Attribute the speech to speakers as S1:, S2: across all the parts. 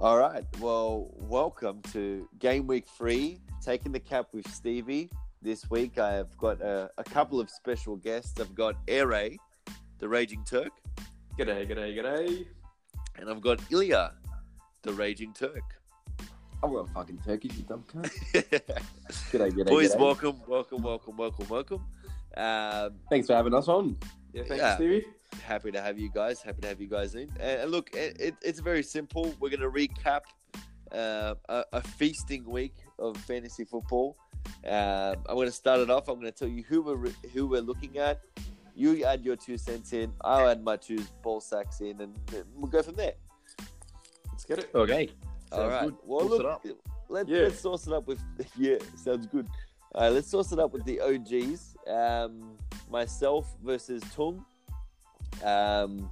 S1: All right. Well, welcome to game week three, taking the cap with Stevie. This week, I have got a, a couple of special guests. I've got Ere, the Raging Turk,
S2: G'day, g'day, g'day.
S1: and I've got Ilya, the Raging Turk.
S3: I'm going fucking Turkish, you dumb cunt. G'day, g'day,
S1: Boys,
S3: g'day.
S1: welcome, welcome, welcome, welcome, welcome. Um,
S3: Thanks for having us on.
S2: Yeah, thanks,
S1: Yeah.
S2: Stevie.
S1: happy to have you guys. Happy to have you guys in. And, and look, it, it, it's very simple. We're going to recap uh, a, a feasting week of fantasy football. Um, I'm going to start it off. I'm going to tell you who we're re- who we're looking at. You add your two cents in. I'll add my two ball sacks in, and we'll go from there.
S2: Let's get it.
S3: Okay.
S1: All right. Well,
S3: Source
S1: look,
S3: it up.
S1: Let,
S2: Yeah.
S1: let's source it up with. Yeah, sounds good. All right, let's source it up with the OGs. Um, myself versus Tung. Um,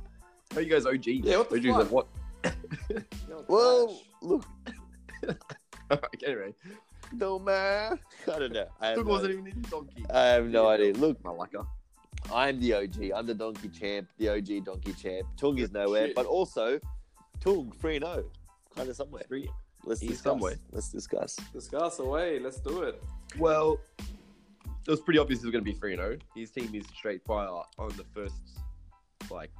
S3: How are you guys OGs?
S2: Yeah, what the
S3: OGs
S2: fuck?
S3: of what?
S1: well, look,
S3: okay, anyway. No, man.
S1: I don't know. I have,
S3: Look,
S1: no,
S3: wasn't
S1: idea.
S3: even in donkey.
S1: I have no idea. Look,
S3: My lucker.
S1: I'm the OG. I'm the donkey champ, the OG donkey champ. Tung is nowhere,
S2: Shit.
S1: but also Tung 3 0. Kind of somewhere.
S2: Three.
S1: Let's
S3: He's
S1: discuss.
S3: somewhere.
S1: Let's discuss.
S2: Discuss away. Let's do it.
S3: Well, it was pretty obvious it was going to be 3 0. His team is straight fire on the first, like,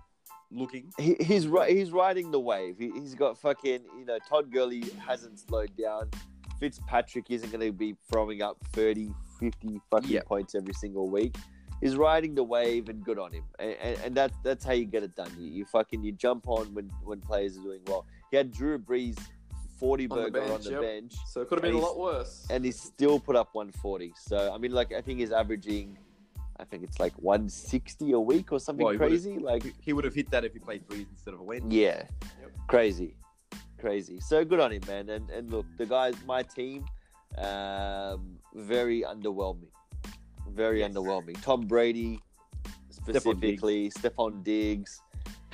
S3: looking.
S1: He, he's ri- he's riding the wave. He, he's got fucking, you know, Todd Gurley hasn't slowed down. Fitzpatrick isn't going to be throwing up 30, 50 fucking
S3: Yeah.
S1: points every single week. He's riding the wave and good on him. And, and, and that, that's how you get it done. You, you fucking you jump on when, when players are doing well. He had Drew Brees 40
S2: On the
S1: burger on
S2: bench,
S1: the
S2: yep.
S1: bench.
S2: So it could have been a
S1: He's-
S2: lot worse.
S1: and he still put up 140. So I mean, like I think he's averaging, I think it's like 160 a week or something
S3: Well, he would've-
S1: crazy. Like
S3: He would have hit that if he played threes instead of a win.
S1: yeah,
S2: Yep.
S1: crazy, crazy. So good on him, man. And and look, the guys, my team, um, very underwhelming, very
S3: Yes.
S1: underwhelming. Tom Brady,
S3: Diggs.
S1: specifically, Stephon Diggs,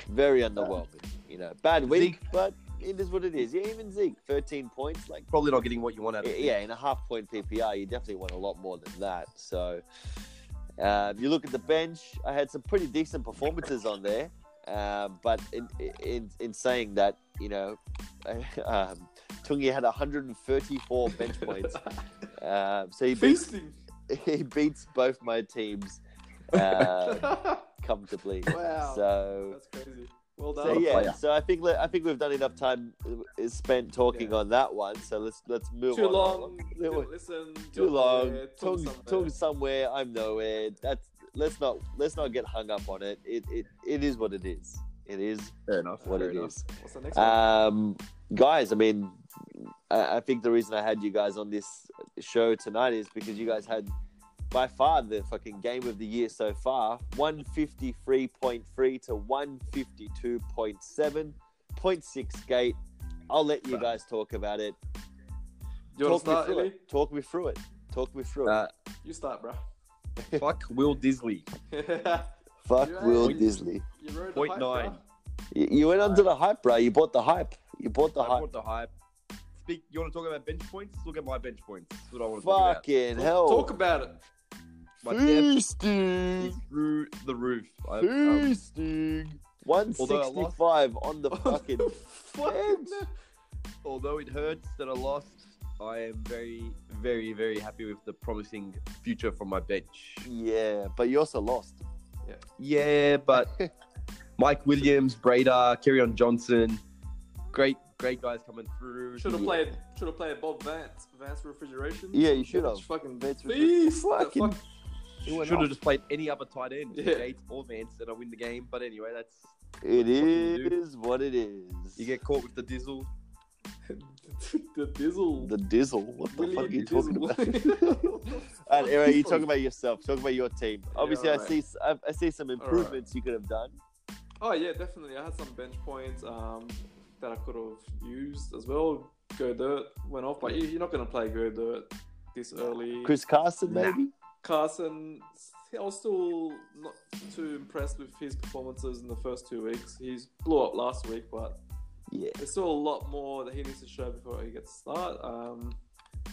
S1: very underwhelming. You know, bad week, but it is what it is. Yeah, even Zeke, 13 points, like.
S3: Probably not getting what you want out of
S1: Yeah,
S3: it.
S1: yeah, in a half point PPR, you definitely want a lot more than that. So, um, you look at the bench. I had some pretty decent performances on there, um, but in, in in saying that, you know, um, Tungi had 134 bench points, um, so he beats,
S2: Feasting.
S1: he beats both my teams uh,
S2: wow.
S1: comfortably. So
S2: That's crazy. Well done.
S1: so
S3: Not a
S1: yeah,
S3: player.
S1: so I think I think we've done enough time uh, spent talking
S2: Yeah.
S1: on that one. So let's let's move
S2: Too
S1: on.
S2: long.
S1: It was-
S2: Didn't listen.
S1: too long.
S2: Yeah, talk
S1: Tongue's,
S2: somewhere.
S1: tongue's somewhere. I'm nowhere. That's let's not let's not get hung up on it. It it, it is what it is. It is
S3: Fair enough.
S1: what
S3: fair
S1: it
S3: enough.
S1: is.
S2: What's the next one?
S1: Um, guys, I mean, I, I think the reason I had you guys on this show tonight is because you guys had by far the fucking game of the year so far 153.3 to 152.7, 0.6 gate. I'll let you guys talk about it.
S2: Do you
S1: talk
S2: want to start,
S1: me through
S2: Ellie?
S1: it. Talk me through it. Talk me through it.
S3: Uh,
S2: You start, bro.
S3: fuck Will Disley.
S2: you
S1: Fuck
S2: Yeah.
S1: Will
S2: Point-
S1: Disley.
S2: rode the
S3: Point
S2: hype,
S3: nine.
S2: bruh.
S1: You, you went under the hype, bro. You bought the hype. You bought the
S3: I
S1: hype.
S3: want the hype. Speak. You want to talk about bench points? Look at my bench points. That's what I want to talk about.
S1: Fucking
S2: Talk-
S1: hell.
S2: Talk about it.
S3: My depth is
S1: Feasting.
S3: through the roof. I, um,
S1: Feasting. 165 on the fucking.
S2: Fucking
S1: bench.
S3: although it hurts that I lost, I am very, very, very happy with the promising future from my bench.
S1: yeah, but you also lost.
S3: Yeah, but Mike Williams, Breda, Kerryon Johnson, great, great guys coming through.
S2: Should have
S1: Yeah.
S2: played. Should have played Bob Vance. Vance refrigeration.
S1: Yeah, you should
S2: That's
S1: have.
S2: Fucking
S1: Vance
S2: Vance
S1: refrigeration.
S2: beast.
S1: Fucking-
S2: Fuck-
S1: It went
S3: Should
S1: off.
S3: have just played any other tight end,
S2: Yeah.
S3: Gates or Vance, and I win the game. But anyway, that's
S1: It
S3: you do.
S1: is what it is.
S3: you get caught with the dizzle.
S2: the Dizzle.
S1: the dizzle. What the fuck are you talking about?
S2: about?
S1: All right, Aaron, you talk about yourself. Talk about your team. Obviously, I
S2: alright.
S1: see I, I see some improvements you could have done.
S2: Oh yeah, definitely. I had some bench points um, that I could have used as well. Go Dirt went off, but you- you're not gonna play Go Dirt this early.
S1: Chris Carson,
S3: Nah.
S1: maybe?
S2: Carson, I was still not too impressed with his performances in the first two weeks. He's blew up last week, but
S1: Yeah.
S2: there's still a lot more that he needs to show before he gets a start. Um,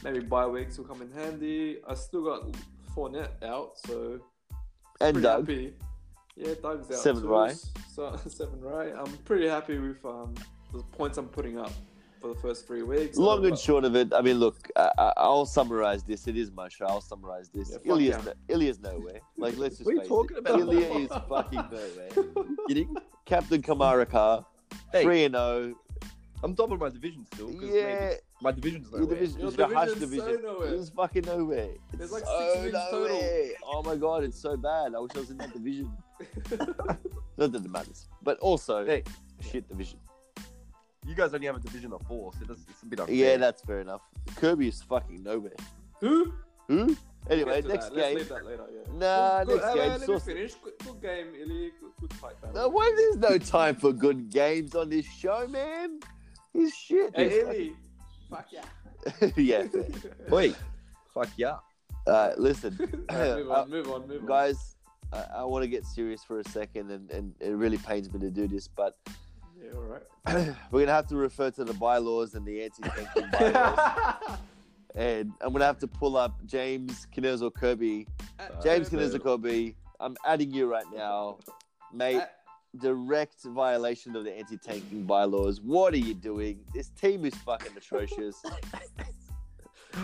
S2: maybe bye weeks will come in handy. I still got Fournette out, so
S1: And
S2: pretty
S1: Doug.
S2: happy. Yeah, Doug's out.
S1: Seven
S2: too.
S1: right.
S2: So seven right. I'm pretty happy with um, the points I'm putting up. for the first three weeks.
S1: Long and
S2: So,
S1: short of it, I mean, look, I, I, I'll summarize this. It is my show. I'll summarize this.
S2: Yeah, fuck
S1: Ilya's,
S2: yeah.
S1: no, Ilya's nowhere. Like, let's just
S3: What are you
S1: face
S3: talking
S1: it.
S3: about?
S1: Ilya is fucking nowhere.
S3: Kidding?
S1: Captain Kamara Carr,
S3: Hey,
S1: three and zero.
S3: I'm top of my division still. 'cause
S1: Yeah,
S3: maybe- my division's
S1: your
S3: nowhere.
S1: division,
S2: Your
S1: your, Hush
S2: division's so
S1: division,
S2: nowhere.
S1: it's fucking nowhere.
S2: There's
S1: It's
S2: like
S1: so
S2: six divisions total.
S1: nowhere. Oh my god, it's so bad. I wish I was in that division. Not that it matters, but also
S3: Hey.
S1: shit division.
S3: You guys only have a division of four, so that's, it's a bit unfair.
S1: Yeah, that's fair enough. Kirby is fucking nowhere.
S2: Who?
S1: Who? Anyway,
S2: Get to
S1: next
S2: that. Let's
S1: game.
S2: leave that later. Yeah.
S1: Nah,
S2: Good-
S1: next
S2: uh,
S1: game.
S2: Let me
S1: Sauce-
S2: finish. Good, good game, Illy. Good, good fight, man.
S1: No, why there's no time for good games on this show, man? It's shit.
S2: Hey, Illy. Fuck yeah.
S1: yeah.
S3: Oi, fuck yeah.
S1: Uh, listen,
S2: Alright, move
S1: Uh,
S2: on, move on, move on.
S1: guys, I, I want to get serious for a second, and, and it really pains me to do this, but
S2: Yeah, all right.
S1: we're gonna have to refer to the bylaws and the anti-tanking bylaws, and I'm gonna have to pull up James Kinezo Kirby. James Kinezo Kirby, I'm adding you right now, mate.
S2: At-
S1: direct violation of the anti-tanking bylaws. What are you doing? This team is fucking atrocious.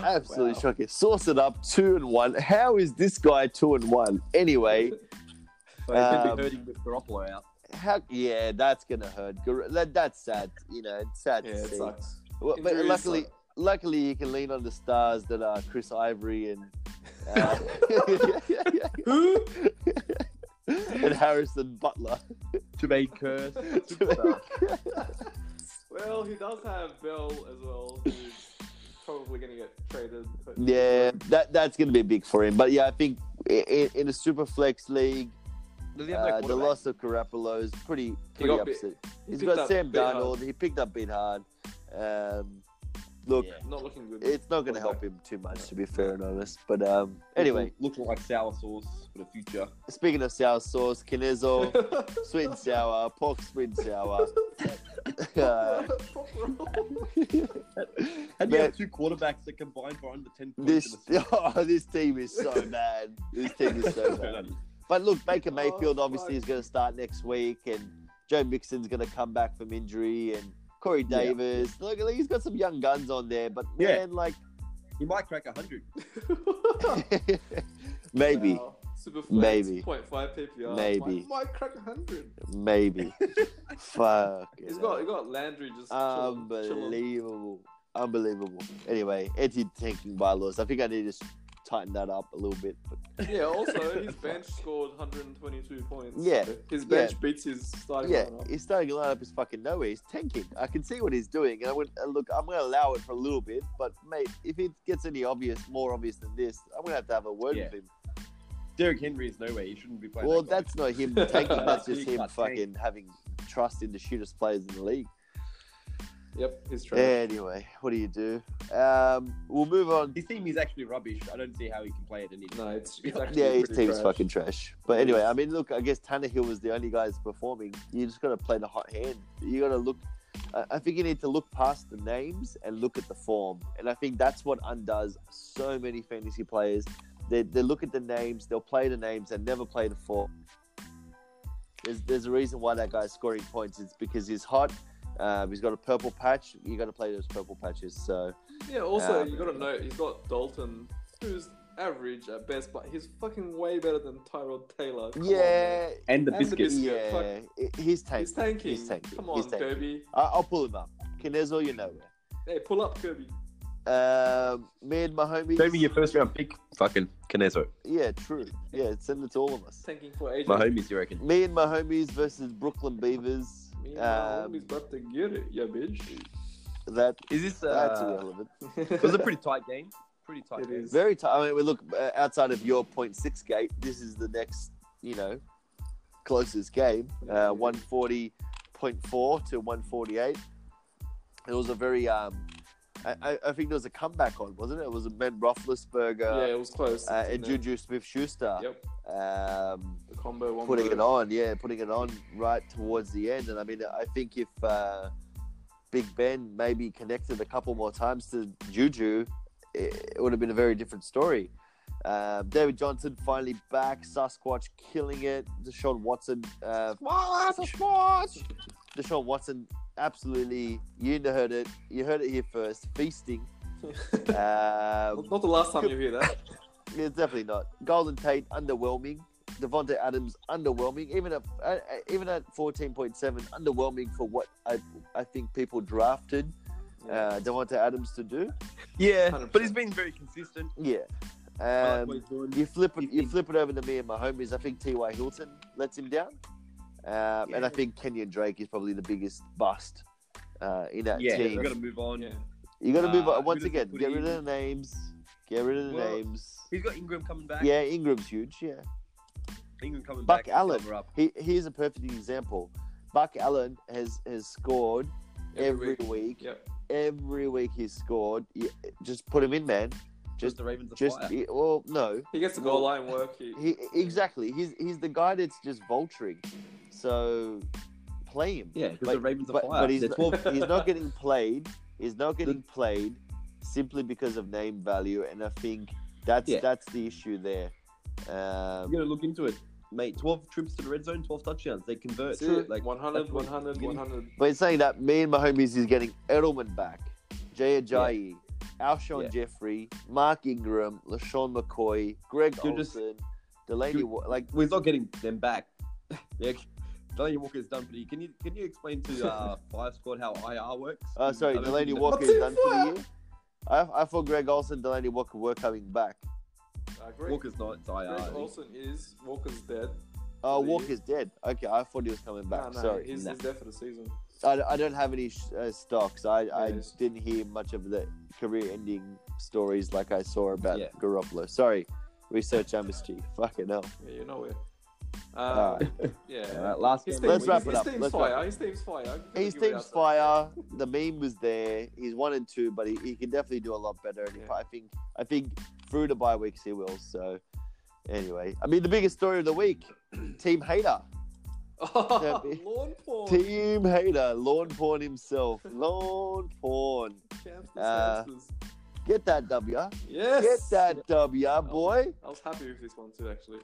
S1: Absolutely
S2: Wow.
S1: shocking. Source it up, two and one. How is this guy two and one? Anyway,
S3: So it could
S1: Um,
S3: be hurting with Garoppolo out.
S1: how? Yeah, that's gonna hurt. Gar- that, that's sad. You know, it's sad
S2: yeah,
S1: to
S2: it
S1: see.
S2: sucks.
S1: Well, but
S2: Injuries
S1: luckily,
S2: suck.
S1: luckily, you can lean on the stars that are Chris Ivory and. Uh,
S2: Who?
S1: and Harrison Butler.
S3: Jermaine Curse.
S1: Jermaine
S2: Well, he does have Bell as well. Who's probably going to get traded.
S1: Yeah, that that's going to be big for him. But yeah, I think in, in a super flex league,
S3: Does he have no
S1: uh, the
S3: quarterback?
S1: loss of Garoppolo is pretty pretty
S2: got bit-
S1: upset.
S2: He
S1: He's
S2: picked
S1: got
S2: up
S1: Sam
S2: Bell.
S1: Darnold. He picked up Beat Hard. Um, look,
S3: Yeah.
S2: Not looking good.
S1: it's not going to help him too much, to be fair and honest. But um, anyway,
S3: looking like sour sauce for the future.
S1: speaking of sour sauce, Kinezzo, sweet and sour, pork sweet and sour. uh,
S3: And you
S1: Man.
S3: have two quarterbacks that combined for under ten points.
S1: this
S3: in a season.
S1: oh, this team is so bad. This team is so bad. But look, Baker
S2: Oh,
S1: Mayfield obviously
S2: fuck.
S1: is going to start next week, and Joe Mixon's going to come back from injury, and Corey Davis. Look, like, he's got some young guns on there, but
S3: Yeah.
S1: man, like
S3: He might crack hundred.
S1: Uh, maybe,
S2: Wow. Super flex,
S1: Maybe.
S2: 0.5 PPR.
S1: Maybe.
S2: Might, might crack 100.
S1: maybe. Fuck. it
S2: He's
S1: up.
S2: got, he got Landry just
S1: Um,
S2: chilling- chilling.
S1: unbelievable, unbelievable. Anyway, anti-tanking bylaws. I think I need to s- tighten that up a little bit. But
S2: Yeah, also, his bench scored 122 points.
S1: Yeah,
S2: His
S1: yeah.
S2: bench beats his starting
S1: yeah,
S2: lineup.
S1: his starting lineup is fucking nowhere. He's tanking. I can see what he's doing, and I would and look. I'm going to allow it for a little bit, but mate, if it gets any obvious, more obvious than this, I'm going to have to have a word
S3: Yeah.
S1: with him.
S3: Derrick Henry is nowhere. He shouldn't be playing.
S1: well,
S3: that guy.
S1: that's not him tanking. That's just
S3: He's
S1: him
S3: not
S1: fucking
S3: tanking.
S1: having trust in the shootest players in the league.
S2: Yep, he's trash.
S1: Anyway, what do you do? Um, we'll move on.
S3: his team is actually rubbish. I don't see how he can play at any.
S2: No, it's, it's actually
S1: Yeah, his
S2: pretty
S1: team's
S2: trash.
S1: fucking trash. But anyway, I mean, look, I guess Tannehill was the only guy that's performing. You just got to play the hot hand. You got to look. I- I think you need to look past the names and look at the form. And I think that's what undoes so many fantasy players. They, they look at the names, they'll play the names, and never play the form. There's, there's a reason why that guy's scoring points. It's because he's hot. Um, he's got a purple patch. You got to play those purple patches. So
S2: Yeah, also,
S1: Um,
S2: you gotta note, he's got Dalton, who's average at best, but he's fucking way better than Tyrod Taylor. Come on, man.
S1: yeah,
S3: And the
S2: And the
S3: biscuits.
S2: biscuit.
S1: yeah, he- he's tanking.
S2: He's tanking.
S1: He's tanking.
S2: Come on,
S1: He's tanking.
S2: Kirby.
S1: I- I'll pull him up. Kinezo, you know it.
S2: Hey, pull up, Kirby.
S1: Um, me and my homies.
S3: Show me your first round pick. Fucking Canezo.
S1: Yeah, true. Yeah, send it to all of us.
S2: Tanking for AJ.
S3: My homies, you reckon?
S1: Me and my homies versus Brooklyn Beavers.
S2: Me and my homie's
S1: Um,
S2: about to get it, yeah, bitch.
S1: that
S3: Is this?
S1: that's
S3: Uh,
S1: irrelevant.
S3: it was a pretty tight game. Pretty tight.
S2: It
S3: game.
S2: is.
S1: Very tight. I mean, we look uh, outside of your point six gate. This is the next, you know, closest game. Uh, one forty point four to one forty eight. It was a very. Um, I, I- I think there was a comeback on, wasn't it? It was Ben
S2: yeah,
S1: Roethlisberger
S2: it was close.
S1: uh, and
S2: Yeah.
S1: Juju Smith-Schuster.
S2: Yep,
S1: Um,
S2: the combo one.
S1: putting
S2: bird.
S1: it on, yeah, putting it on right towards the end. And I mean, I think if uh, Big Ben maybe connected a couple more times to Juju, it, it would have been a very different story. Um, David Johnson finally back, Sasquatch killing it. Deshaun Watson, uh, Deshaun Watson absolutely, you heard it. You heard it here first. Feasting.
S2: not
S1: Um,
S2: not the last time you hear
S1: Uh,
S2: that.
S1: Yeah, definitely not. Golden Tate underwhelming. Devonte Adams underwhelming. Even at uh, even at fourteen point seven, underwhelming for what I I think people drafted uh, Devonte Adams to do.
S3: Yeah,
S2: 100%.
S3: but he's been very consistent.
S1: Yeah.
S3: I like what
S1: Um,
S3: he's doing.
S1: you flip it. You flip it over to me and my homies. I think T.Y. Hilton lets him down, um, and I
S3: Yeah.
S1: think Kenyon Drake is probably the biggest bust uh, in that
S3: yeah,
S1: team.
S3: we've got to move on.
S2: yeah.
S1: you got to move on
S3: Uh, who
S1: once
S3: does he
S1: again.
S3: put
S1: Get rid
S3: in?
S1: of the names. Get rid of the
S3: Well,
S1: names.
S3: He's got Ingram coming back.
S1: Yeah, Ingram's huge. Yeah.
S3: Ingram coming
S1: Buck
S3: back. to
S1: Allen.
S3: cover Up.
S1: he, here's a perfect example. Buck Allen has has scored every,
S2: Every
S1: week.
S2: Yep.
S1: Every week he's scored. You- just put him in, man. Just-
S3: Just the Ravens are
S1: Just
S3: fire.
S1: he- well, no,
S2: He gets the goal line work. He,
S1: he exactly. He's he's the guy that's just vulturing. So play him.
S3: Yeah, because
S1: But-
S3: the Ravens are
S1: but,
S3: fire.
S1: but he's
S3: They're
S1: not,
S3: 12
S1: he's not getting played. He's not getting played simply because of name value, and I think that's
S3: Yeah.
S1: that's the issue there. Um,
S3: I'm gonna look into it, mate. Twelve trips to the red zone, twelve touchdowns. They convert.
S2: that's it.
S3: Like
S2: 100,
S3: that's what-
S2: 100, 100.
S1: But it's saying that me and my homies is getting Edelman back, Jay Ajayi, Alshon
S3: Yeah.
S1: Jeffrey, Mark Ingram, LaShawn McCoy, Greg
S3: You're just-
S1: Olson, Delaney.
S3: you-
S1: Wa- like,
S3: well, he's not getting them back. yeah, Delaney Walker's done pretty. Can you can you explain to uh, Five Squad how IR works?
S1: uh, sorry,
S3: Mm, I don't
S1: Delaney
S3: think-
S1: Walker
S2: What's
S1: is
S2: he
S1: done for the
S2: for?
S1: year. I, I thought Greg Olson, Delaney Walker were coming back.
S2: I agree.
S3: Walker's not. It's IR. I
S2: Uh, Greg
S3: think.
S2: Olsen is. Walker's dead.
S1: Oh,
S2: For the year?
S1: Walker's dead. Okay, I thought he was coming
S2: Nah,
S1: back.
S2: nah,
S1: sorry,
S2: He's,
S3: Nah.
S2: he's dead for the season.
S1: I, I don't have any sh- uh, stocks. I, I
S2: Yes.
S1: didn't hear much of the career-ending stories like I saw about
S3: Yeah.
S1: Garoppolo. Sorry, research amnesty. Fucking hell.
S2: Yeah, you're nowhere. Um,
S3: Uh,
S1: All
S2: Yeah.
S3: All right, last
S2: His
S3: game.
S1: Let's
S2: team-
S1: wrap
S2: his,
S1: it up.
S2: His team's
S1: Let's wrap
S2: fire.
S1: it
S2: His team's fire. You gotta
S1: His
S2: give it
S1: team's
S2: out to
S1: fire. The meme was there. He's one and two, but he, he can definitely do a lot better. And if
S2: Yeah.
S1: I think I think through the bye weeks he will. So anyway, I mean the biggest story of the week: Team Hater,
S2: Oh,
S1: That'd be-
S2: lawn porn.
S1: Team Hater, Lawn Porn himself, Lawn Porn.
S2: Champs,
S1: Uh,
S2: champs.
S1: Get that W,
S2: yes. Oh.
S1: get that W, boy.
S2: I was happy with this one too, actually.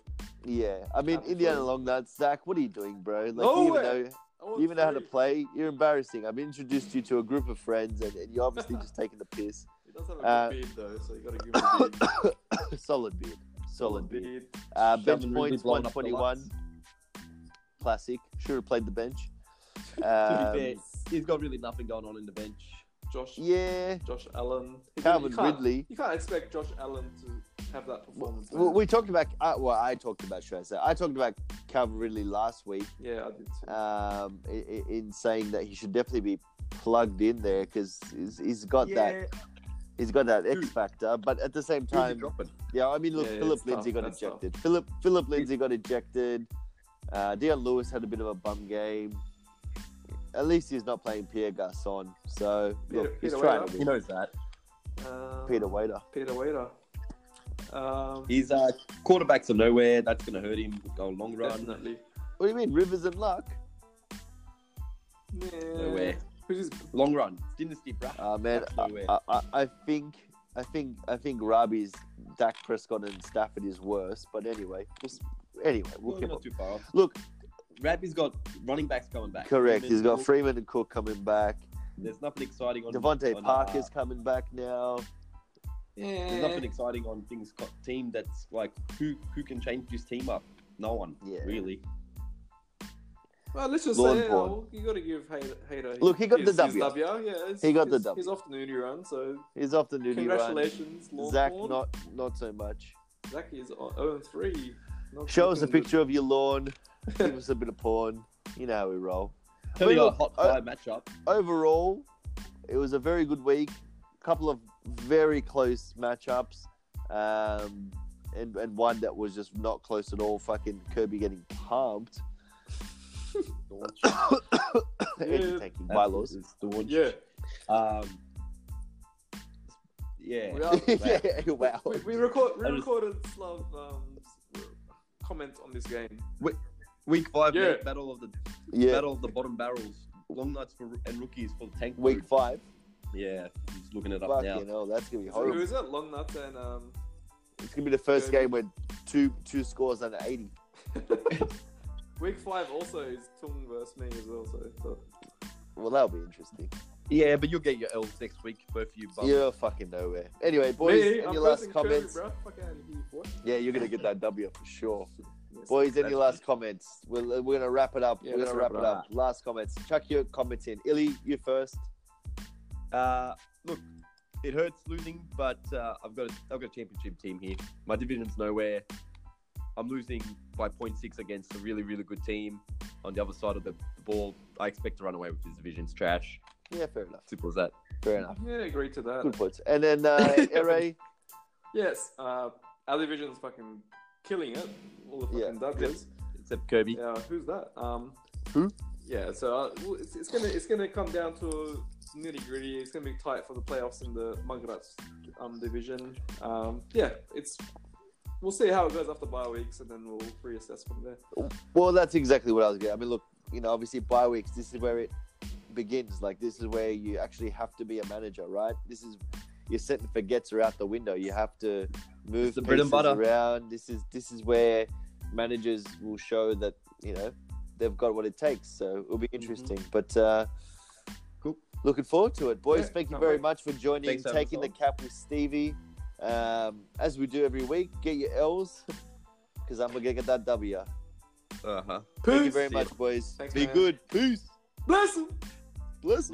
S1: Yeah, I mean
S2: Absolutely.
S1: Indiana long nuts, Zach. What are you doing, bro? Like you
S2: No
S1: even
S2: way.
S1: know
S2: I want
S1: you even know how to
S2: three.
S1: play. You're embarrassing. I've introduced you to a group of friends, and, and you're obviously just taking the piss.
S2: He does have a
S1: Uh,
S2: good beard though, so you gotta give him a beard.
S1: Solid beard. Solid beard.
S2: beard.
S1: Uh, bench
S3: Sheldon Ridley
S1: points
S3: blowing up the
S1: 121. Classic. Should have played the bench.
S3: To be
S1: Um,
S3: fair, he's got really nothing going on in the bench.
S2: Josh.
S1: yeah.
S2: Josh Allen. He
S1: Calvin
S2: didn't- you can't-
S1: Ridley.
S2: You can't expect Josh Allen to have that performance.
S1: We,
S2: man.
S1: we talked about, uh, well, I talked about, should I say, I talked about Calvin Ridley last week
S2: yeah, I did too.
S1: um, in, in saying that he should definitely be plugged in there because he's, he's got that Um, he's got that X
S3: Dude.
S1: factor. But at the same
S3: Time.
S1: time, Yeah, I mean, look,
S2: Yeah,
S1: Philip
S2: it's
S1: Lindsay
S2: tough.
S1: got
S2: That's tough.
S1: ejected. Philip Philip Lindsay got ejected. Uh, Dion Lewis had a bit of a bum game. At least he's not playing Pierre Garcon. So
S2: Peter-
S1: look, he's
S2: Peter
S1: trying
S2: Waiter.
S1: to
S3: He
S1: win.
S3: knows that.
S2: Um,
S1: Uh, Peter Waiter.
S2: Peter Waiter. Um,
S3: He's uh, quarterbacks are nowhere. That's going to hurt him go long run.
S2: definitely.
S1: What do you mean, Rivers and Luck?
S2: Yeah.
S3: way.
S2: Who's his
S3: Long run. Dynasty, bruh.
S1: Uh, man,
S3: That's no
S1: I,
S3: way.
S1: I, I, I think I think I think Robbie's Dak Prescott and Stafford is worse. But anyway, we'll, s- anyway, we'll
S3: Well,
S1: keep
S3: not
S1: on.
S3: too far off.
S1: Look,
S3: Rabbi's got running backs coming back.
S1: correct. He's got
S3: Cook.
S1: Freeman and Cook coming back.
S3: There's nothing exciting on
S1: Devontae
S3: on,
S1: Parker's
S3: uh,
S1: coming back now.
S3: there's
S2: Yeah.
S3: nothing exciting on things co- team that's like who who can change this team up. No one.
S1: Yeah.
S3: Really.
S2: Well, let's just
S1: Lawn
S2: say
S1: porn.
S2: oh, you got to give Hater. Hater
S1: Look, he got
S2: his,
S1: the
S2: his
S1: W.
S2: w. Yeah, it's-
S1: He got the
S2: it's-
S1: W.
S2: He's off the nudie run, so
S1: He's off the nudie run.
S2: congratulations, Lawn
S1: Zach,
S2: porn.
S1: not not so much.
S2: Zach is 0 3.
S1: Show us a picture of your lawn. Give us a bit of porn. You know how we roll.
S3: Tell
S1: Well,
S3: you a
S1: look,
S3: hot
S1: uh,
S3: fire matchup.
S1: Overall, it was a very good week. couple of very close matchups, um, and and one that was just not close at all. Fucking Kirby getting pumped. Anti-tanking bylaws.
S3: Absolutely staunch.
S2: Yeah.
S3: Um, yeah.
S2: We are-
S1: yeah, wow.
S2: We, we, record, we
S3: I was-
S2: recorded Slav um, comment on this game.
S3: Week five,
S2: Yeah.
S3: mate, battle of the
S1: Yeah,
S3: battle of the bottom barrels. Long nights for and rookies for the tank.
S1: week
S3: food.
S1: five.
S3: Yeah, he's looking it up now.
S1: Fucking hell, that's gonna be
S2: Who
S1: horrible.
S2: is that? Long Nuts and. Um,
S1: It's gonna be the first game with two two scores under eighty.
S2: week 5 also is Tung versus me as well, so. so
S1: Well, that'll be interesting.
S3: Yeah, but you'll get your L's next week, both you bums.
S1: You're fucking nowhere. Anyway, boys,
S2: Me,
S1: any
S2: I'm
S1: last
S2: pressing Kirby,
S1: comments?
S2: bro. Fuck out of here, boy.
S1: yeah, you're gonna get that W for sure.
S2: Yes.
S1: Boys, any
S3: That's-
S1: last comments? uh, We're, we're gonna wrap it up.
S2: Yeah,
S1: we're
S2: let's
S1: gonna wrap, it up. Last comments. Chuck your comments in. Illy, you first.
S3: Uh, look, it hurts losing, but uh, I've got a, I've got a championship team here. My division's nowhere. I'm losing by 0.6 against a really really good team on the other side of the, the ball. I expect to run away with this division's trash.
S1: Yeah, fair enough.
S3: Simple as that.
S1: Fair enough.
S2: Yeah, agree to that.
S1: Good points. And then uh, Ere,
S2: Yes, uh, our division's fucking killing it. All the fucking
S1: Yeah.
S2: W's.
S3: Except Kirby.
S2: Yeah, who's that? Um,
S1: Who?
S2: Yeah, so uh, well, it's, it's gonna it's gonna come down to nitty gritty. It's gonna be tight for the playoffs in the Mangrats um, division. Um, yeah, it's we'll see how it goes after bye weeks, and then we'll reassess from there.
S1: Well, that's exactly what I was getting. I mean, look, you know, obviously bye weeks. This is where it begins. Like this is where you actually have to be a manager, right? This is your set and forgets are out the window. You have to move
S3: It's the bread and
S1: pieces
S3: butter.
S1: around. This is this is where managers will show that you know they've got what it takes. So it'll be interesting. But uh,
S3: Mm-hmm. Cool.
S1: Looking forward to it, boys.
S2: Yeah,
S1: Thank you
S2: can't
S1: very
S2: wait.
S1: much for joining,
S3: Thanks, Adam,
S1: taking the
S3: as
S1: cap with Stevie. Um, as we do every week, get your L's because I'm gonna get that W.
S3: Uh huh.
S1: Thank you
S2: Peace.
S1: very
S3: See
S1: much, boys.
S2: Thanks,
S1: Be
S2: man.
S1: good. Peace.
S2: Bless 'em.
S1: Bless.